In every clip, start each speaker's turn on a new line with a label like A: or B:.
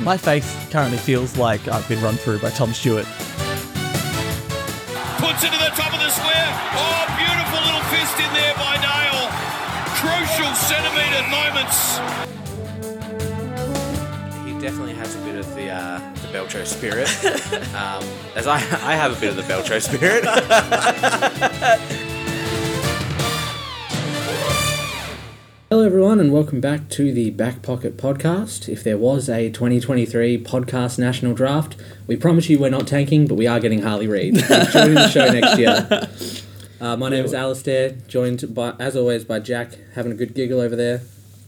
A: My face currently feels like I've been run through by Tom Stewart.
B: Puts it to the top of the square. Oh, beautiful little fist in there by Dale. Crucial centimetre moments.
C: He definitely has a bit of the uh, the Belcho spirit, um, as I I have a bit of the Belcho spirit.
D: Hello, everyone, and welcome back to the Back Pocket Podcast. If there was a 2023 podcast national draft, we promise you we're not tanking, but we are getting Harley Reid. Join the show next year. Uh, my name is Alistair, joined by, as always by Jack, having a good giggle over there.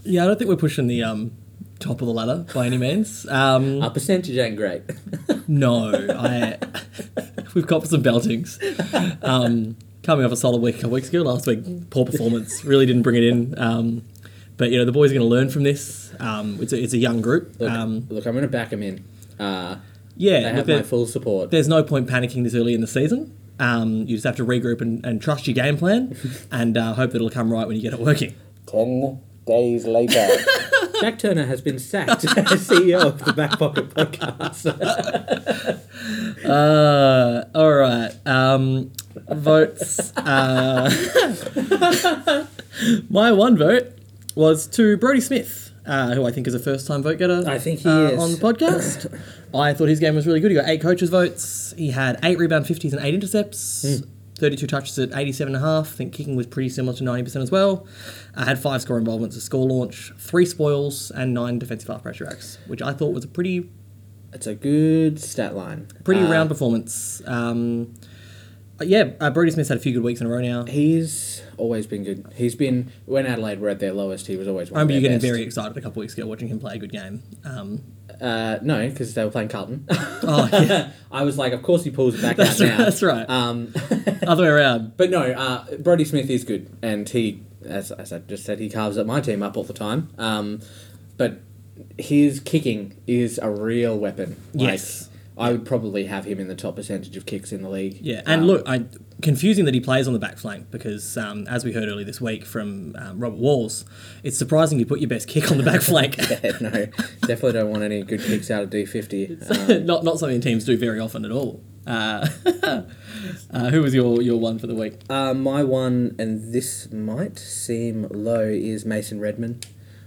A: Yeah, I don't think we're pushing the um, top of the ladder by any means. Um,
D: Our percentage ain't great.
A: no, I we've got some beltings. Um, coming off a solid week a couple weeks ago, last week poor performance really didn't bring it in. Um, but you know the boys are going to learn from this. Um, it's, a, it's a young group.
D: Look,
A: Um,
D: look I'm going to back them in. Uh,
A: yeah,
D: they
A: look,
D: have my
A: they're-
D: full support.
A: there's no point panicking this early in the season. Um, you just have to regroup and, and trust your game plan, and uh, hope that it'll come right when you get it working.
E: Ten days later.
D: Jack Turner has been sacked as CEO of the Back Pocket Podcast.
A: Uh, all right. Um, votes. Uh, my one vote was to Brody Smith, uh, who I think is a first time vote getter.
D: I think he
A: uh,
D: is.
A: On the podcast. I thought his game was really good. He got eight coaches' votes. He had eight rebound 50s and eight intercepts.
D: Hmm.
A: 32 touches at 87 and a half. I think kicking was pretty similar to 90% as well. I had five score involvements, a score launch, three spoils, and nine defensive half pressure acts, which I thought was a pretty
D: it's a good stat line.
A: pretty
D: Uh,
A: round performance. Um, uh, yeah, uh, Brody Smith's had a few good weeks in a row now.
D: He's always been good. He's been when Adelaide were at their lowest. He was always. One
A: I remember
D: of
A: you
D: their
A: getting
D: best.
A: very excited a couple weeks ago watching him play a good game. Um,
D: Uh, no, because they were playing Carlton.
A: oh, yeah,
D: I was like, of course he pulls it back
A: that's,
D: out
A: right,
D: now.
A: that's right.
D: Um,
A: Other way around.
D: but no, uh, Brody Smith is good, and he, as, as I just said, he carves up my team up all the time. Um, but his kicking is a real weapon. Like,
A: Yes.
D: I would probably have him in the top percentage of kicks in the league.
A: Yeah, and
D: Um,
A: look, I confusing that he plays on the back flank because, um, as we heard earlier this week from um, Robert Walls, it's surprising you put your best kick on the back flank.
D: no, definitely don't want any good kicks out of D fifty.
A: not not something teams do very often at all. Uh, uh, who was your, your one for the week?
D: Uh, my one, and this might seem low, is Mason Redmond.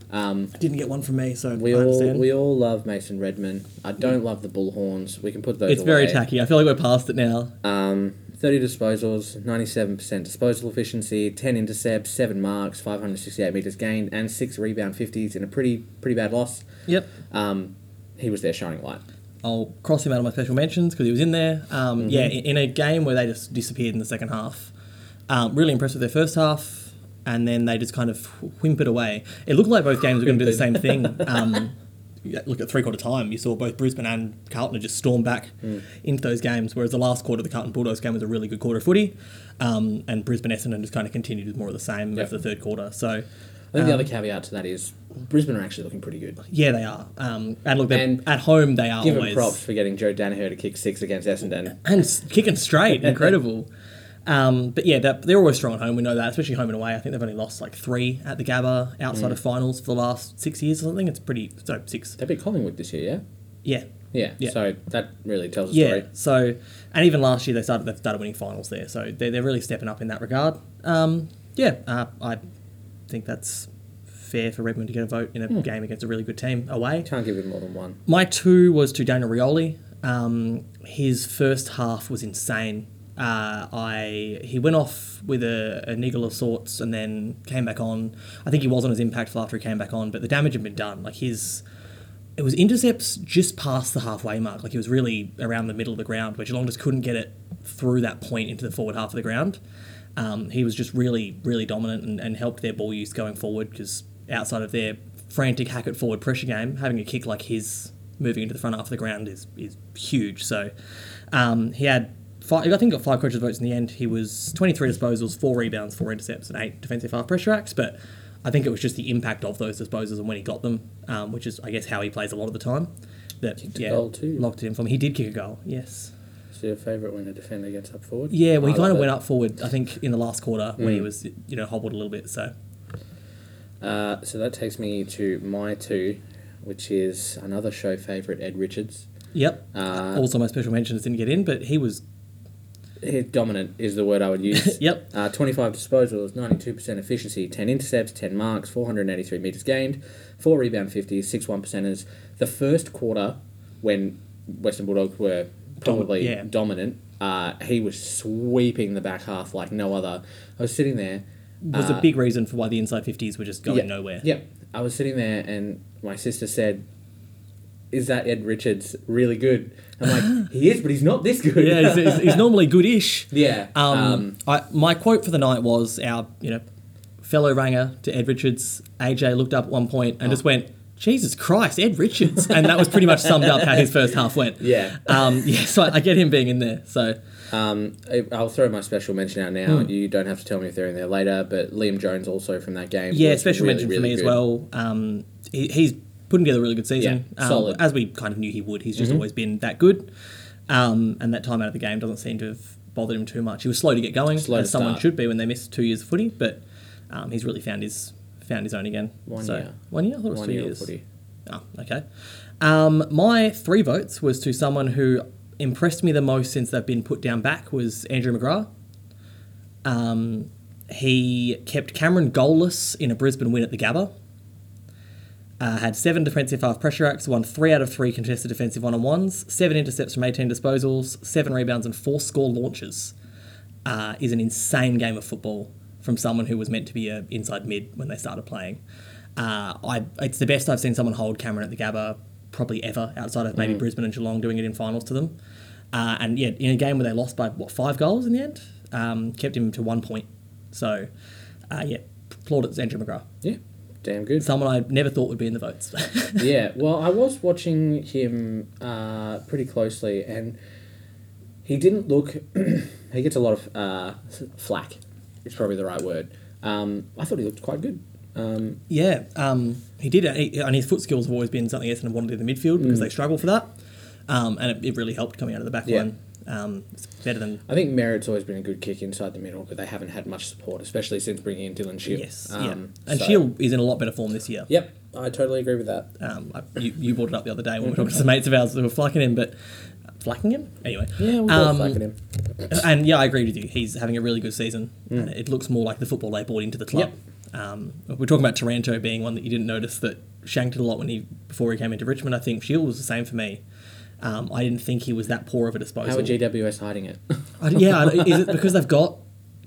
D: Um,
A: Didn't get one from me, so
D: we
A: I
D: all
A: understand.
D: we all love Mason Redmond. I don't love the bullhorns. We can put those.
A: it's very
D: away.
A: tacky. I feel like we're past it now.
D: Um, thirty disposals, ninety-seven percent disposal efficiency, ten intercepts, seven marks, five hundred sixty-eight meters gained, and six rebound fifties in a pretty pretty bad loss.
A: Yep.
D: Um, he was their shining light.
A: I'll cross him out of my special mentions because he was in there. Um,
D: Mm-hmm.
A: Yeah, in, in a game where they just disappeared in the second half. Um, really impressed with their first half, and then they just kind of whimpered away. It looked like both games were going to do the same thing. Um, yeah, look at three quarter time, you saw both Brisbane and Carlton had just stormed back
D: Mm.
A: into those games, whereas the last quarter, the Carlton Bulldogs game was a really good quarter of footy, um, and Brisbane Essendon just kind of continued with more of the same
D: Yep.
A: after the third quarter. So,
D: I think the
A: Um,
D: other caveat to that is Brisbane are actually looking pretty good.
A: yeah, they are. Um, and look, they're-
D: And
A: at home, they are
D: Give
A: always.
D: him props for getting Joe Danaher to kick six against Essendon.
A: and s- kicking straight, incredible. Um, but yeah, they're, they're always strong at home. We know that, especially home and away. I think they've only lost like three at the Gabba outside of finals for the last six years or something. It's pretty so six.
D: They beat Collingwood this year, yeah.
A: Yeah,
D: Yeah,
A: Yeah.
D: so that really tells a
A: yeah.
D: story.
A: So and even last year they started they started winning finals there. So they're, they're really stepping up in that regard. Um, yeah, uh, I think that's fair for Redmond to get a vote in a game against a really good team away.
D: Can't give him more than one.
A: My two was to Daniel Rioli. Um, his first half was insane. Uh, I he went off with a, a niggle of sorts and then came back on. I think he was on his impactful after he came back on, but the damage had been done. Like his, it was intercepts just past the halfway mark. Like he was really around the middle of the ground, where Geelong just couldn't get it through that point into the forward half of the ground. Um, he was just really, really dominant and, and helped their ball use going forward because outside of their frantic Hackett forward pressure game, having a kick like his moving into the front half of the ground is is huge. So um, he had five, I think got five coaches votes in the end. He was 23 disposals, four rebounds, four intercepts, and eight defensive half pressure acts. But I think it was just the impact of those disposals and when he got them, um, which is I guess how he plays a lot of the time. That
D: a
A: yeah,
D: goal too.
A: locked it in for me. He did kick a goal. Yes.
D: So your favourite when a defender gets up forward?
A: Yeah, well, he
D: I
A: kind of
D: love
A: went
D: it. Mm.
A: up forward, I think, in the last quarter when he was, you know, hobbled a little bit. So
D: Uh, so that takes me to my two, which is another show favourite, Ed Richards.
A: Yep.
D: Uh,
A: also, my special mentions didn't get in, but he was.
D: Eh, Dominant is the word I would use.
A: Yep.
D: Uh, 25 disposals, 92% efficiency, 10 intercepts, 10 marks, 483 metres gained, 4 rebound 50s, 6 one percenters. The first quarter, when Western Bulldogs were probably
A: yeah.
D: dominant, uh, he was sweeping the back half like no other. I was sitting there. uh,
A: Was a big reason for why the inside 50s were just going
D: Yeah,
A: nowhere.
D: Yep. I was sitting there and my sister said, Is that Ed Richards really good? I'm like, He is, but he's not this good.
A: Yeah, he's, he's, he's normally good ish.
D: yeah.
A: Um, I, my quote for the night was our, you know, fellow ranger to Ed Richards. AJ looked up at one point
D: Oh.
A: and just went, Jesus Christ, Ed Richards. And that was pretty much summed up how his first half went.
D: Yeah.
A: Um, yeah, so I, I get him being in there. So,
D: I- I'll throw my special mention out now.
A: Hmm.
D: You don't have to tell me if they're in there later, but Liam Jones also from that game.
A: yeah,
D: was
A: special
D: really,
A: mention for
D: really
A: me as
D: good.
A: well. Um, he, he's putting together a really good season.
D: Yeah,
A: um,
D: solid. Mm-hmm.
A: As we kind of knew he would. He's just always been that good. Um, and that time out of the game doesn't seem to have bothered him too much. He was slow to get going,
D: Slow
A: as
D: to
A: someone
D: start.
A: should be when they miss two years of footy, but um, he's really found his found his own again.
D: One year.
A: One year? I thought it was
D: One
A: two
D: year of
A: years.
D: footy.
A: Oh, okay. Um, my three votes was to someone who impressed me the most since they've been put down back was Andrew McGrath. Um, he kept Cameron goalless in a Brisbane win at the Gabba. Uh, had seven defensive half pressure acts, won three out of three contested defensive one on ones, seven intercepts from 18 disposals, seven rebounds, and four score launches. Uh, is an insane game of football from someone who was meant to be a inside mid when they started playing. Uh, I, it's the best I've seen someone hold Cameron at the Gabba probably ever, outside of maybe Brisbane and Geelong doing it in finals to them. Uh, and yet, in a game where they lost by what five goals in the end, um, kept him to one point. So, uh, yeah, plaudits Andrew McGrath.
D: Yeah, damn good.
A: Someone I never thought would be in the votes.
D: yeah, well, I was watching him uh, pretty closely, and he didn't look. he gets a lot of uh, s- flack. Is probably the right word. Um, I thought he looked quite good.
A: Yeah, um, he did, he- and his foot skills have always been something Essendon wanted in the midfield because they struggle for that, um, and it, it really helped coming out of the back
D: Mm. Yeah.
A: line. Um, it's better than
D: I think Merritt's always been a good kick inside the middle, but they haven't had much support, especially since bringing in Dylan Shield.
A: yes,
D: Um,
A: yeah. And
D: so-
A: Shield is in a lot better form this year.
D: Yep, I totally agree with that.
A: Um, I, you, you brought it up the other day when we were talking to some mates of ours who were flacking him, but uh, flacking him anyway.
D: Yeah, we'll
A: Um,
D: go him.
A: And yeah, I agree with you. He's having a really good season,
D: Mm.
A: and it looks more like the football they brought into the club. Um, we're talking about Taranto being one that you didn't notice that shanked it a lot when he before he came into Richmond. I think Shield was the same for me. Um, I didn't think he was that poor of a disposal.
D: How are GWS hiding it?
A: I d- yeah, I d- is it because they've got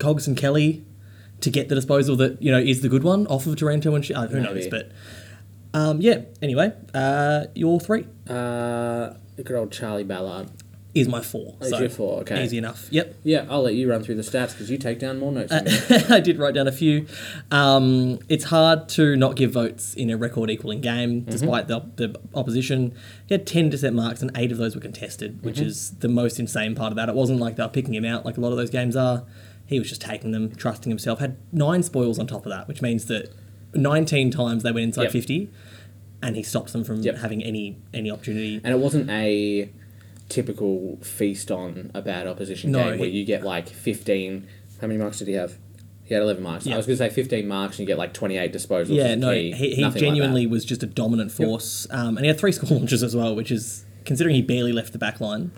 A: Cogs and Kelly to get the disposal that you know is the good one off of Taranto and Shi Uh, who knows,
D: Maybe.
A: but um, yeah. Anyway, uh, your three
D: Uh, the good old Charlie Ballard.
A: is my four.
D: Oh, Is your four, okay.
A: Easy enough. Yep.
D: Yeah, I'll let you run through the stats because you take down more notes. than me.
A: I did write down a few. Um, it's hard to not give votes in a record equaling game,
D: Mm-hmm.
A: despite the, the opposition. He had 10 intercept marks, and eight of those were contested, which
D: Mm-hmm.
A: is the most insane part of that. It wasn't like they were picking him out like a lot of those games are. He was just taking them, trusting himself. Had nine spoils on top of that, which means that 19 times they went inside
D: Yep.
A: 50, and he stops them from
D: Yep.
A: having any any opportunity.
D: and it wasn't a typical feast on a bad opposition
A: No,
D: game where
A: he-
D: you get like 15. How many marks did he have? He had 11 marks.
A: Yeah.
D: I was going to say 15 marks and you get like 28 disposals.
A: Yeah,
D: is
A: no,
D: key.
A: he, he
D: Nothing like
A: genuinely
D: that.
A: was just a dominant force, um, and he had three score launches as well, which is considering he barely left the back line.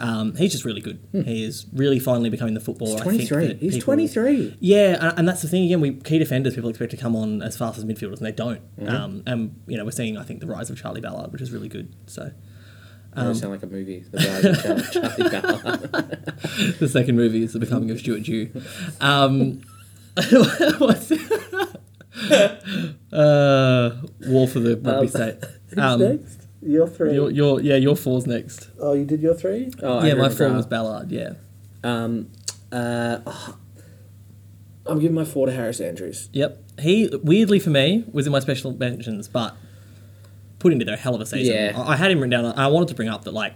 A: Um, he's just really good. He is really finally becoming the footballer. I think
D: 23.
A: that
D: Hmm. He's
A: people-
D: 23.
A: Yeah, and, and that's the thing again. We key defenders people expect to come on as fast as midfielders, and they don't.
D: Mm-hmm.
A: Um, and you know we're seeing I think the rise of Charlie Ballard, which is really good. So
D: That
A: Um,
D: would sound like a movie. The Rise of Charlie- Charlie Ballard.
A: the second movie is the becoming of Stuart Jew. Um, what's uh, War for the rugby state. Um,
F: Next, your three.
A: Your, your, yeah, your four's next.
F: oh, you did your three.
D: Oh,
A: yeah,
D: Andrew
A: my four
D: McGrath.
A: was Ballard. Yeah,
D: Um, uh,
F: I'm giving my four to Harris Andrews.
A: yep. He weirdly for me was in my special mentions, but put him to a hell of a season.
D: Yeah.
A: I, I had him written down. I wanted to bring up that like.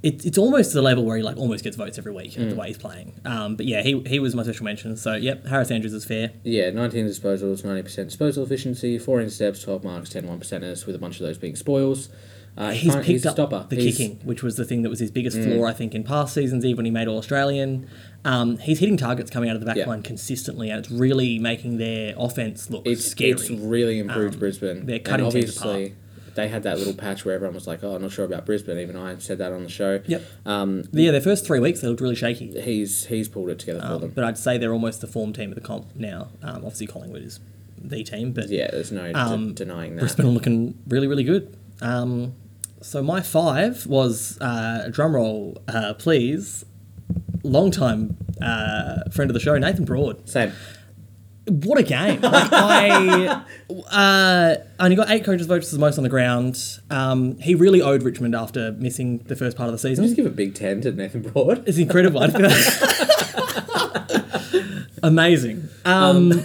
A: It, it's almost to the level where he like almost gets votes every week
F: Mm.
A: the way he's playing. Um, but yeah, he, he was my special mention. So yep, Harris Andrews is fair.
D: Yeah, 19 disposals, 90% disposal efficiency, 4 intercepts, 12 marks, 10 one percenters, with a bunch of those being spoils. Uh,
A: He's
D: can't-
A: picked
D: a
A: up the
D: He's- Mm.
A: kicking, which was the thing that was his biggest flaw, I think, in past seasons. Even when he made All Australian, um, he's hitting targets coming out of the back
D: Yeah.
A: line consistently, and it's really making their offense look
D: It's,
A: scary.
D: it's really improved
A: Um,
D: Brisbane.
A: they're
D: And
A: cutting teams
D: obviously, they had that little patch where everyone was like, "Oh, I'm not sure about Brisbane." Even I said that on the show.
A: Yep.
D: Um,
A: Yeah, their first three weeks they looked really shaky.
D: he's he's pulled it together for
A: Um,
D: them.
A: but I'd say they're almost the form team of the comp now. Um, obviously Collingwood is the team, but
D: yeah, there's no de-
A: um,
D: denying that.
A: Brisbane are looking really, really good. Um, so my five was uh, drum roll, uh, please. Long time uh, friend of the show, Nathan Broad.
D: Same.
A: What a game! Like, I uh, only got eight coaches' votes as the most on the ground. Um, he really owed Richmond after missing the first part of the
D: Can we just
A: season.
D: give a big ten to Nathan Broad?
A: It's incredible. I feel Amazing. Um,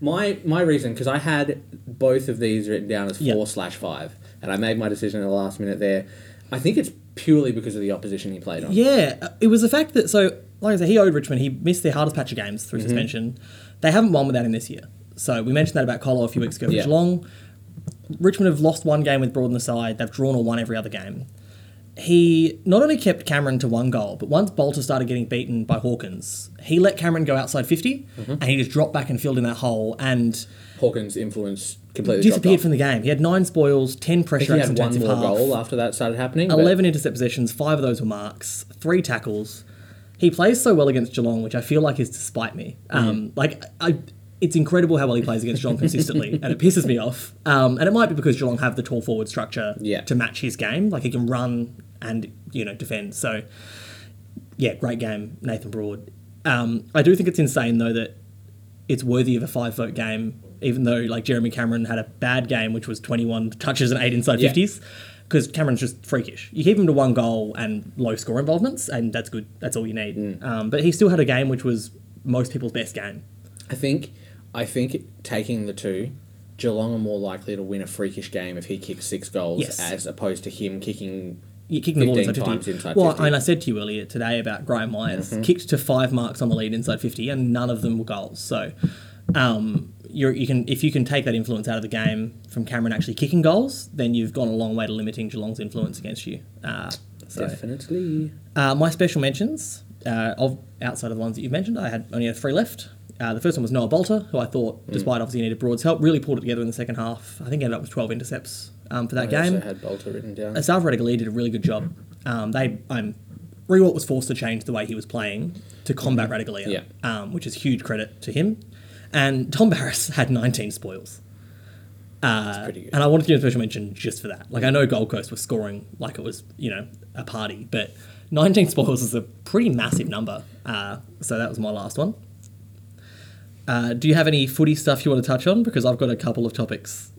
D: My my reason because I had both of these written down as
A: Yeah.
D: four slash five, and I made my decision at the last minute there. I think it's purely because of the opposition he played on.
A: Yeah, uh, it was the fact that so like I said, he owed Richmond. He missed their hardest patch of games
D: Mm-hmm.
A: through suspension. They haven't won without him this year. So we mentioned that about Collar a few weeks ago.
D: Yeah.
A: Yeah. Geelong, Richmond have lost one game with Broad in the side. They've drawn or won every other game. He not only kept Cameron to one goal, but once Bolter started getting beaten by Hawkins, he let Cameron go outside 50
D: Mm-hmm.
A: and he just dropped back and filled in that hole and
D: Hawkins' influence completely
A: disappeared
D: dropped off.
A: from the game. He had nine spoils, 10
D: I
A: pressure
D: think
A: acts,
D: he had one
A: intensive
D: more
A: half.
D: goal after that started happening. but-
A: 11 intercept possessions, five of those were marks, three tackles. He plays so well against Geelong, which I feel like is despite me. Um, like, I, it's incredible how well he plays against Geelong consistently, and it pisses me off. Um, and it might be because Geelong have the tall forward structure
D: Yeah.
A: to match his game. Like, he can run and, you know, defend. So, yeah, great game, Nathan Broad. Um, I do think it's insane, though, that it's worthy of a five vote game, even though like Jeremy Cameron had a bad game, which was 21 touches and eight inside
D: Yeah.
A: 50s, because Cameron's just freakish. You keep him to one goal and low score involvements, and that's good. That's all you need. Um, but he still had a game which was most people's best game.
D: I think I think taking the two, Geelong are more likely to win a freakish game if he kicks six goals
A: Yes.
D: as opposed to him kicking.
A: You're kicking the ball
D: 15
A: inside 50.
D: times inside Mm-hmm.
A: well,
D: 50.
A: and I said to you earlier today about Graham Myers, kicked to five marks on the lead inside 50, and none of them were goals. So, um, you're, you can if you can take that influence out of the game from Cameron actually kicking goals, then you've gone a long way to limiting Geelong's influence against you. Uh, so,
D: Definitely.
A: uh, my special mentions uh, of outside of the ones that you've mentioned, I had only had three left. Uh, the first one was Noah Bolter, who I thought,
D: Mm.
A: despite obviously needed Broad's help, really pulled it together in the second half. I think he ended up with 12 intercepts um, for that
D: I
A: game.
D: also had Bolter written down.
A: Uh, Salva Redigoli did a really good job. Um, they, um, Rewalt was forced to change the way he was playing to combat Radicalia,
D: Yeah.
A: um, which is huge credit to him. And Tom Barris had 19 spoils. Uh,
D: pretty good.
A: And I wanted to give a special mention just for that. Like, I know Gold Coast was scoring like it was, you know, a party, but 19 spoils is a pretty massive number. Uh, so that was my last one. Uh, do you have any footy stuff you want to touch on? Because I've got a couple of topics.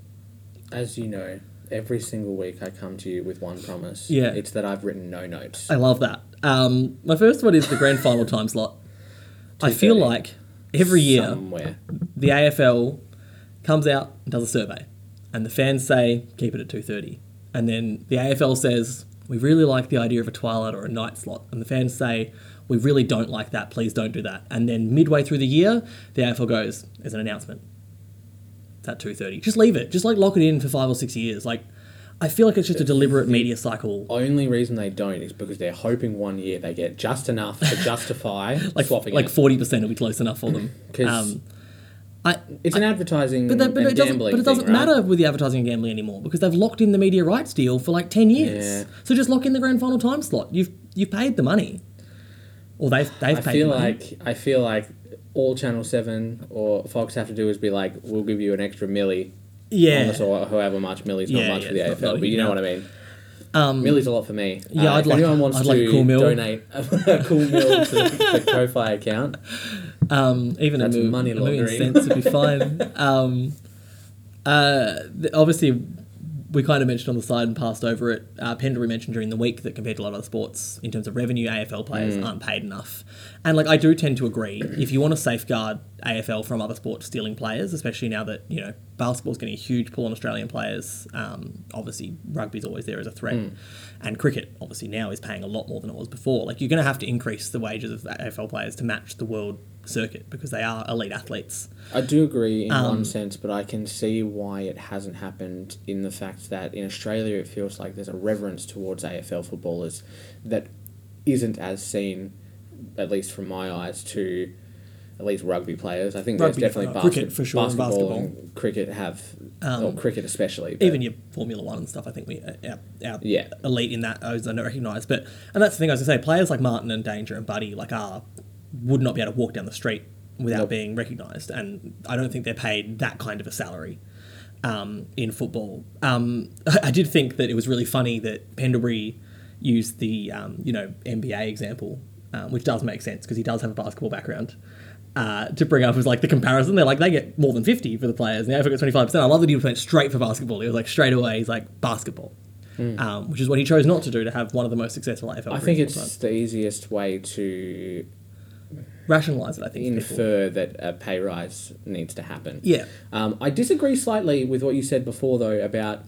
D: As you know, every single week I come to you with one promise.
A: Yeah.
D: It's that I've written no notes.
A: I love that. Um, my first one is the grand final time slot. I feel
D: 2:30.
A: like every year
D: Somewhere.
A: the AFL comes out and does a survey, and the fans say keep it at two thirty, and then the AFL says we really like the idea of a twilight or a night slot, and the fans say we really don't like that. Please don't do that. And then midway through the year, the AFL goes there's an announcement. It's at two thirty. Just leave it. Just like lock it in for five or six years. Like I feel like it's just a deliberate media cycle.
D: Only reason they don't is because they're hoping one year they get just enough to justify
A: like
D: swapping
A: like
D: it.
A: forty percent will be close enough for them.
D: 'Cause-
A: um, I,
D: it's an advertising
A: but, that, but,
D: and
A: it doesn't,
D: gambling
A: but it doesn't
D: thing, right?
A: matter with the advertising and gambling anymore because they've locked in the media rights deal for like ten years.
D: Yeah.
A: So just lock in the grand final time slot. You've you've paid the money, or they've they've
D: I
A: paid.
D: feel
A: the money.
D: like I feel like all Channel Seven or Fox have to do is be like, we'll give you an extra milli, on
A: yeah.
D: this or however much milli's
A: Yeah,
D: not much
A: yeah,
D: for the
A: it's not-
D: AFL,
A: not
D: but you know
A: enough.
D: what I mean. Um, milli's a lot for me.
A: yeah,
D: Uh,
A: I'd
D: if
A: like-
D: anyone wants
A: I'd
D: to
A: like a cool mill.
D: donate a cool mill to the, the Ko-Fi account.
A: Um, even
D: That's
A: a move,
D: money
A: a move in
D: laundering.
A: cents would be fine. um, uh, th- obviously, we kind of mentioned on the side and passed over it. Uh, Pendlebury mentioned during the week that compared to a lot of other sports, in terms of revenue, AFL players aren't paid enough. And like, I do tend to agree. If you want to safeguard AFL from other sports stealing players, especially now that you know basketball's getting a huge pull on Australian players. Um, obviously, rugby's always there as a threat, and cricket obviously now is paying a lot more than it was before. Like, you're going to have to increase the wages of AFL players to match the world circuit because they are elite athletes.
D: I do agree
A: Um,
D: in one sense, but I can see why it hasn't happened in the fact that in Australia it feels like there's a reverence towards AFL footballers that isn't as seen, at least from my eyes, to at least rugby players. I think
A: Rugby,
D: there's definitely
A: uh,
D: basket,
A: cricket for sure, and Um,
D: basketball, and cricket have, or cricket especially. but-
A: even your Formula One and stuff. I think we our, our
D: Yeah.
A: elite in that those are not recognised. But and that's the thing I was gonna say. Players like Martin and Danger and Buddy like are would not be able to walk down the street without
D: Nope.
A: being recognised, and I don't think they're paid that kind of a salary. Um, in football, um, I, did think that it was really funny that Pendlebury used the um, you know NBA example, um, which does make sense because he does have a basketball background. Uh, to bring up was like the comparison. They're like they get more than fifty for the players. Now if I got twenty five percent, I love that he went straight for basketball. He was like straight away. He's like basketball, um, which is what he chose not to do to have one of the most successful AFL.
D: Mm. I think
A: careers of all
D: it's the easiest way to
A: time. rationalize it. I think to people.
D: infer that a pay rise needs to happen.
A: Yeah.
D: Um, I disagree slightly with what you said before, though, about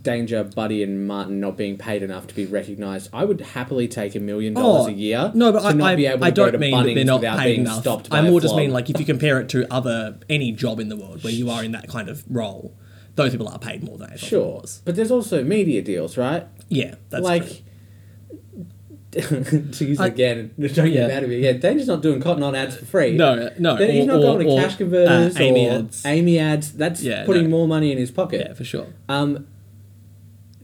D: Danger, Buddy, and Martin not being paid enough to be recognised. I would happily take a million dollars
A: Oh,
D: a year.
A: No, but
D: to
A: I, I, I
D: go to
A: don't mean that they're
D: Bunnings
A: not
D: without
A: paid
D: being
A: enough.
D: stopped by
A: I
D: a
A: more just
D: flog.
A: mean like if you compare it to other any job in the world where you are in that kind of role, those people are paid more than AFL
D: sure,
A: footballers.
D: but there's also media deals, right?
A: Yeah, that's true.
D: like. to use it
A: I-
D: again, don't
A: Yeah.
D: get mad at me again. Danger's not doing cotton on ads for free.
A: No, no,
D: Then he's
A: or-
D: not going to
A: or-
D: cash converters
A: uh, Amy
D: or
A: ads.
D: Amy ads. That's
A: Yeah,
D: putting
A: no.
D: more money in his pocket.
A: yeah, for sure.
D: um,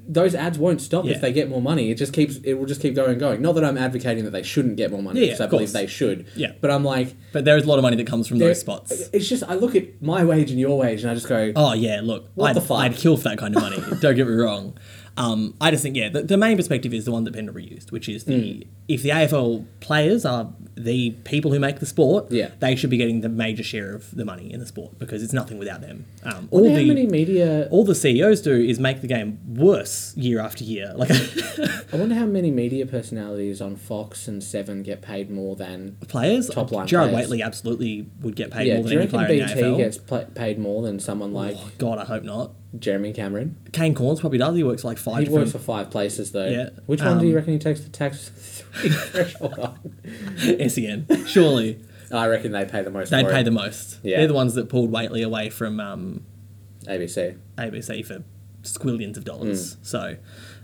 D: those ads won't stop
A: Yeah.
D: if they get more money. It just keeps it will just keep going and going. Not that I'm advocating that they shouldn't get more money
A: Yeah,
D: because I
A: of
D: believe
A: course.
D: they should.
A: Yeah.
D: But I'm like
A: But there is a lot of money that comes from
D: there-
A: those spots.
D: It's just I look at my wage and your wage and I just go
A: Oh yeah, look,
D: What
A: I'd,
D: the fuck?
A: I'd kill for that kind of money. don't get me wrong. Um, I just think yeah, the, the main perspective is the one that Pendlebury used, which is the
D: Hmm.
A: if the AFL players are the people who make the sport,
D: Yeah.
A: they should be getting the major share of the money in the sport because it's nothing without them. Um, all
D: wonder
A: the
D: how many media
A: all the CEOs do is make the game worse year after year. Like
D: I wonder how many media personalities on Fox and Seven get paid more than
A: players,
D: Top line
A: Jared
D: players.
A: Waitley absolutely would get paid
D: yeah.
A: more
D: Do
A: than
D: you
A: any
D: reckon
A: player in the
D: BT
A: AFL.
D: gets pla paid more than someone like
A: Oh, God, I hope not.
D: Jeremy Cameron?
A: Kane Corns probably does. He works for like five.
D: He
A: different
D: works for five places though.
A: Yeah.
D: Which one do
A: Um,
D: you reckon he takes the tax three threshold on?
A: SEN. E Surely
D: I reckon they pay the most.
A: they
D: for
A: pay
D: it.
A: the most.
D: Yeah.
A: They're the ones that pulled Waitley away from um,
D: ABC.
A: ABC for squillions of dollars.
D: Mm.
A: So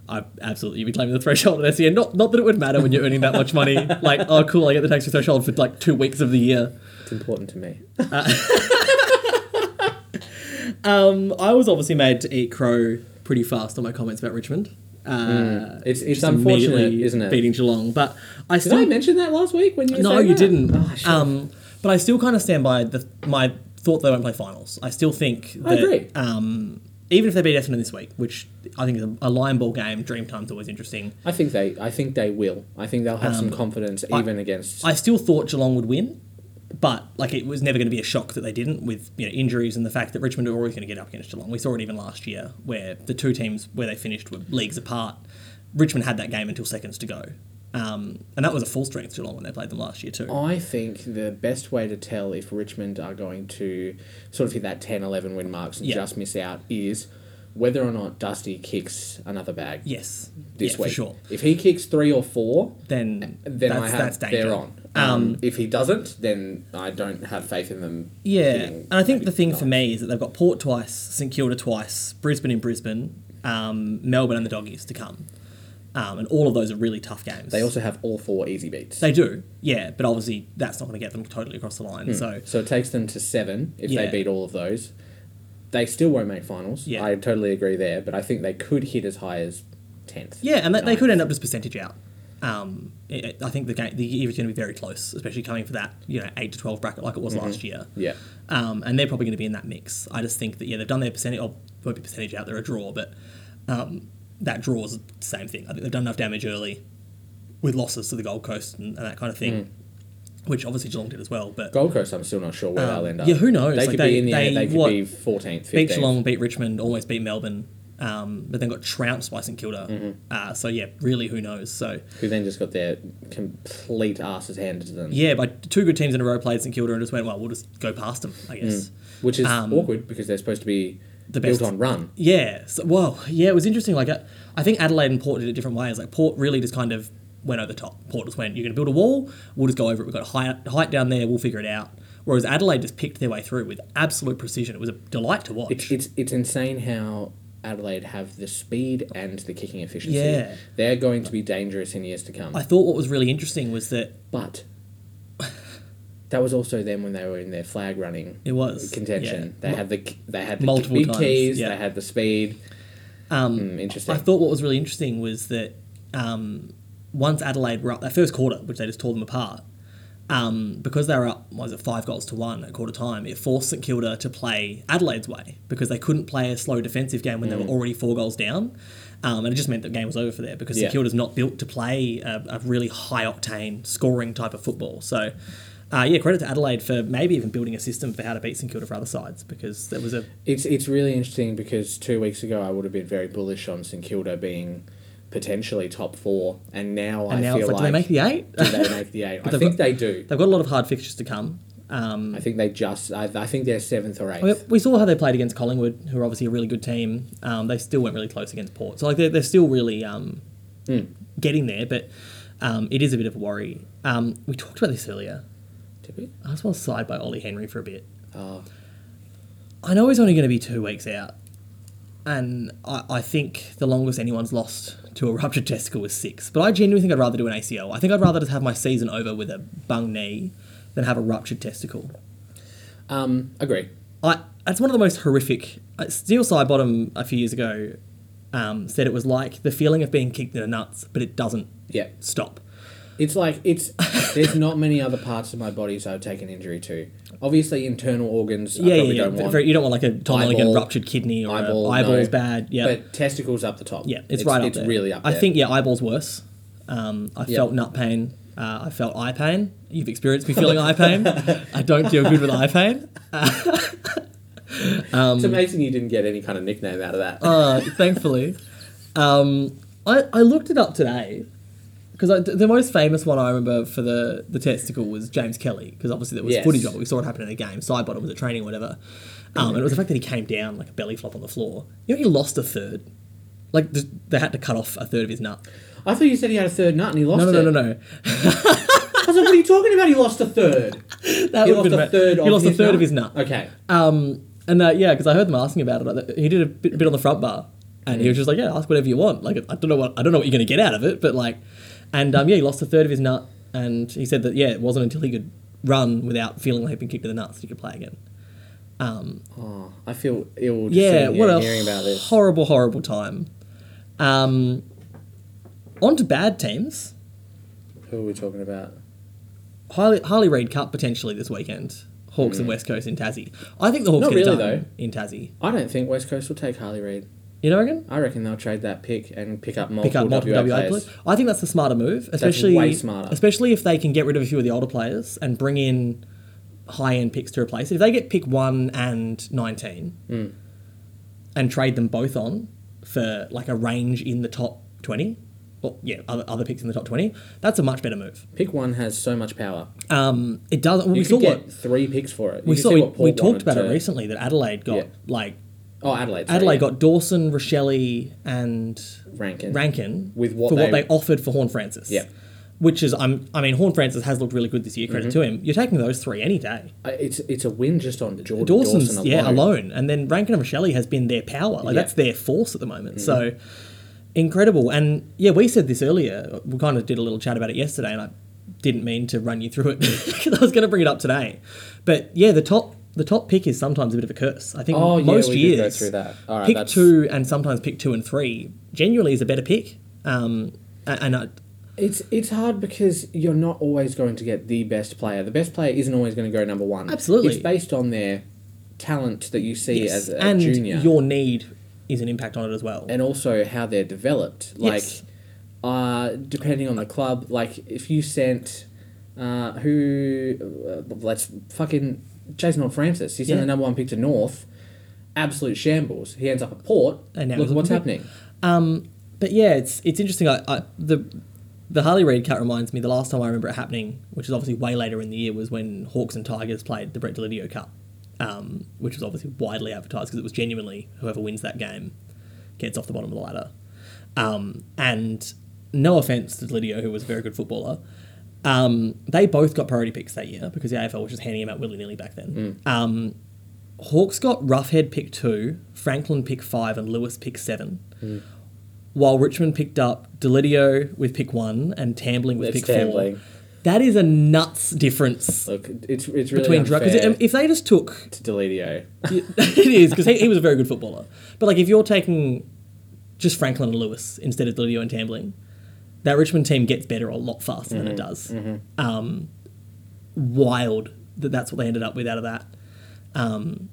A: I absolutely be claiming the threshold at SEN. Not not that it would matter when you're earning that much money. like, oh cool, I get the tax free threshold for like two weeks of the year.
D: It's important to me.
A: Um, I was obviously made to eat crow pretty fast on my comments about Richmond. Uh,
D: It's it's
A: just
D: unfortunate,
A: immediately
D: Hmm. isn't it?
A: Beating Geelong, but I
D: Did
A: still
D: I mention that last week when you? Were
A: No,
D: saying
A: you
D: that?
A: didn't.
D: Oh, shit.
A: um, but I still kind of stand by the, my thought they won't play finals. I still think that
D: I agree.
A: Um, even if they beat Essendon this week, which I think is a, a line ball game, Dreamtime's always interesting.
D: I think they. I think they will. I think they'll have some confidence even against.
A: um, I still thought Geelong would win, but like it was never going to be a shock that they didn't with you know injuries and the fact that Richmond are always going to get up against Geelong. We saw it even last year where the two teams where they finished were leagues apart. Richmond had that game until seconds to go. Um, and that was a full strength Geelong when they played them last year too.
D: I think the best way to tell if Richmond are going to sort of hit that 10, 11 win marks and
A: Yeah.
D: just miss out is whether or not Dusty kicks another bag
A: Yes.
D: this
A: yeah,
D: week.
A: for sure.
D: If he kicks three or four,
A: Then,
D: then
A: that's,
D: I
A: that's
D: have
A: danger.
D: they're on. Um, if he doesn't, then I don't have faith in them.
A: Yeah,
D: hitting
A: and I think the
D: maybe
A: thing
D: nine.
A: for me is that they've got Port twice, St Kilda twice, Brisbane in Brisbane, um, Melbourne and the Doggies to come, um, and all of those are really tough games.
D: they also have all four easy beats.
A: they do, yeah, but obviously that's not going to get them totally across the line. So
D: So it takes them to seven if
A: Yeah.
D: they beat all of those. They still won't make finals.
A: Yeah.
D: I totally agree there, but I think they could hit as high as tenth.
A: yeah, and that, they could end up just percentage out. Um, it, it- I think the game the year is going to be very close, especially coming for that you know eight to twelve bracket like it was last year.
D: Yeah.
A: um, and they're probably going to be in that mix. I just think that yeah, they've done their percentage. Or won't be percentage out. They're a draw, but um, that draw is the same thing. I think they've done enough damage early with losses to the Gold Coast and, and that kind of thing, which obviously Geelong did as well. But
D: Gold Coast, I'm still not sure where they'll end up.
A: Um, yeah, who knows?
D: They
A: Like,
D: could
A: they-
D: be in the
A: they-
D: eight, they could
A: what-
D: be fourteenth,
A: beat
D: fifteenth.
A: Geelong, beat Richmond, almost beat Melbourne, um, but then got trounced by St Kilda. Uh, so yeah, really, who knows? So
D: who then just got their complete asses handed to them.
A: yeah, but two good teams in a row played St Kilda and just went well. We'll just go past them, I guess.
D: Which is
A: Um,
D: awkward because they're supposed to be
A: The
D: built
A: best-
D: on run.
A: Yeah. So, well, yeah, it was interesting. Like, I, I think Adelaide and Port did it different ways. Like, Port really just kind of went over the top. Port just went, you're going to build a wall, we'll just go over it. We've got height, height down there, we'll figure it out. Whereas Adelaide just picked their way through with absolute precision. It was a delight to watch.
D: It's, it's it's insane how Adelaide have the speed and the kicking efficiency.
A: Yeah.
D: They're going to be dangerous in years to come.
A: I thought what was really interesting was that
D: but That was also them when they were in their flag running
A: It was
D: contention.
A: yeah.
D: They had the they had the
A: Multiple
D: big
A: times,
D: keys.
A: yeah.
D: They had the speed.
A: Um,
D: Hmm, interesting.
A: I thought what was really interesting was that um, once Adelaide were up that first quarter, which they just tore them apart, um, because they were up, what was it five goals to one at quarter time, it forced St Kilda to play Adelaide's way because they couldn't play a slow defensive game when they
D: Mm.
A: were already four goals down. Um, and it just meant the game was over for there because
D: Yeah.
A: St Kilda's not built to play a, a really high octane scoring type of football. So, uh, yeah, credit to Adelaide for maybe even building a system for how to beat St Kilda for other sides because there was a
D: It's it's really interesting because two weeks ago I would have been very bullish on St Kilda being potentially top four, and now I
A: and now
D: feel
A: it's like,
D: like
A: do they make the eight?
D: do they make the eight? I
A: they've
D: think
A: got-
D: they do.
A: They've got a lot of hard fixtures to come. Um,
D: I think they just. I, I think they're seventh or eighth.
A: we- we saw how they played against Collingwood, who are obviously a really good team. Um, they still went really close against Port, so like they're, they're still really um,
D: Hmm.
A: getting there. But um, it is a bit of a worry. Um, we talked about this earlier.
D: Did we?
A: I just want to side by Ollie Henry for a bit.
D: Oh,
A: I know he's only going to be two weeks out, and I, I think the longest anyone's lost to a ruptured testicle was six. But I genuinely think I'd rather do an ACL. I think I'd rather just have my season over with a bung knee than have a ruptured testicle.
D: um, agree.
A: I that's one of the most horrific. uh, Steel Side Bottom a few years ago um, said it was like the feeling of being kicked in the nuts, but it doesn't
D: Yeah.
A: stop.
D: It's like it's. there's not many other parts of my body so I've taken injury to. Obviously, internal organs. I
A: yeah, yeah,
D: probably
A: yeah.
D: Don't want.
A: Very- you don't want like a Tom Mulligan
D: Eyeball.
A: ruptured kidney or
D: Eyeball,
A: a, eyeball's
D: no.
A: bad. Yeah,
D: But testicles up the top.
A: yeah, it's, right up
D: It's
A: there.
D: really up.
A: I
D: there.
A: think yeah, eyeball's worse. Um, I
D: Yeah.
A: felt nut pain. Uh, I felt eye pain. You've experienced me feeling eye pain. I don't feel good with eye pain.
D: it's
A: um,
D: amazing you didn't get any kind of nickname out of that.
A: Uh, thankfully. Um, I, I looked it up today because the most famous one I remember for the, the testicle was James Kelly because obviously there was
D: Yes.
A: footage of it. We saw it happen in a game. Side bottom was at training, whatever. Um, and it was the fact that he came down like a belly flop on the floor. You know, he lost a third. Like th- they had to cut off a third of his nut.
D: I thought you said he had a third nut and he lost
A: No, no,
D: it.
A: no, no, no.
D: I was like, what are you talking about? He lost a third.
A: That
D: He
A: would've
D: lost
A: been
D: a
A: about-
D: third.
A: He
D: of
A: lost
D: his
A: a third
D: nut.
A: of his nut.
D: Okay.
A: Um, and uh, yeah, because I heard them asking about it. Like, he did a bit, bit on the front bar, and he was just like, "Yeah, ask whatever you want. Like, I don't know what I don't know what you're gonna get out of it, but like, and um, yeah, he lost a third of his nut, and he said that yeah, it wasn't until he could run without feeling like he'd been kicked in the nuts that he could play again.
D: Oh, I feel ill. Just
A: Yeah,
D: yeah.
A: what a
D: Hearing about this.
A: horrible, horrible time. Um, on to bad teams.
D: Who are we talking about?
A: Harley, Harley Reid Cup potentially this weekend. Hawks and West Coast in Tassie. I think the Hawks
D: Mm. Not
A: get it
D: really,
A: done
D: though.
A: in Tassie.
D: I don't think West Coast will take Harley Reid.
A: You know, I reckon.
D: I reckon they'll trade that pick and pick up multiple,
A: pick up multiple WA, players. I think that's the smarter move, especially
D: way smarter.
A: especially if they can get rid of a few of the older players and bring in high end picks to replace it. If they get pick one and nineteen
D: Hmm.
A: and trade them both on for like a range in the top twenty, or yeah, other, other picks in the top twenty, that's a much better move.
D: Pick one has so much power.
A: Um, it does. Well,
D: You
A: we
D: could
A: saw
D: get
A: what
D: three picks for it. You
A: we
D: could
A: saw.
D: see
A: We,
D: what Paul
A: we talked
D: wanted
A: about it
D: to-
A: recently that Adelaide got
D: Yeah.
A: like
D: Oh, Adelaide. sorry,
A: Adelaide
D: yeah.
A: got Dawson, Rochelle, and
D: Rankin.
A: Rankin
D: With what
A: for what
D: they-
A: they offered for Horn Francis.
D: Yeah.
A: Which is, I'm, I mean, Horn Francis has looked really good this year. Credit
D: Mm-hmm.
A: to him. You're taking those three any day.
D: Uh, It's it's a win just on Jordan
A: Dawson's
D: Dawson alone.
A: yeah alone, and then Rankin and Rochelle has been their power. Like
D: Yeah. Mm-hmm.
A: that's their force at the moment. So incredible. And yeah, we said this earlier. We kind of did a little chat about it yesterday, and I didn't mean to run you through it 'cause I was going to bring it up today. But yeah, the top the top pick is sometimes a bit of a curse. I think
D: Oh, yeah,
A: most
D: we did
A: years
D: go through that. All right,
A: pick
D: that's-
A: two and sometimes pick two and three genuinely is a better pick. Um, a- and I,
D: It's it's hard because you're not always going to get the best player. The best player isn't always going to go number one.
A: Absolutely.
D: it's based on their talent that you see
A: yes,
D: as a
A: and
D: junior,
A: your need is an impact on it as well.
D: and also how they're developed. Like,
A: Yes.
D: uh, depending on the club. Like, if you sent, uh, who, uh, let's fucking Jason on Francis. He sent
A: Yeah.
D: the number one pick to North. Absolute shambles. He ends up at Port.
A: And now
D: Look
A: he's
D: at what's
A: up to-
D: happening.
A: But yeah, it's it's interesting. I, I the the Harley Reid cut reminds me the last time I remember it happening, which is obviously way later in the year, was when Hawks and Tigers played the Brett Delidio Cup, um, which was obviously widely advertised because it was genuinely whoever wins that game gets off the bottom of the ladder. Um, and no offense to Delidio, who was a very good footballer. Um, they both got priority picks that year because the AFL was just handing them out willy nilly back then. Um, Hawks got Roughhead pick two, Franklin pick five, and Lewis pick seven while Richmond picked up Delidio with pick one and Tambling with
D: That's
A: pick
D: Tambling.
A: four. That is a nuts difference
D: Look, it's it's really
A: between drug.
D: unfair
A: Because if they just took
D: to Delidio.
A: it is because he, he was a very good footballer. But like if you're taking just Franklin and Lewis instead of Lydio and Tambling, that Richmond team gets better a lot faster
D: Mm-hmm.
A: than it does. Um, wild that that's what they ended up with out of that. Um,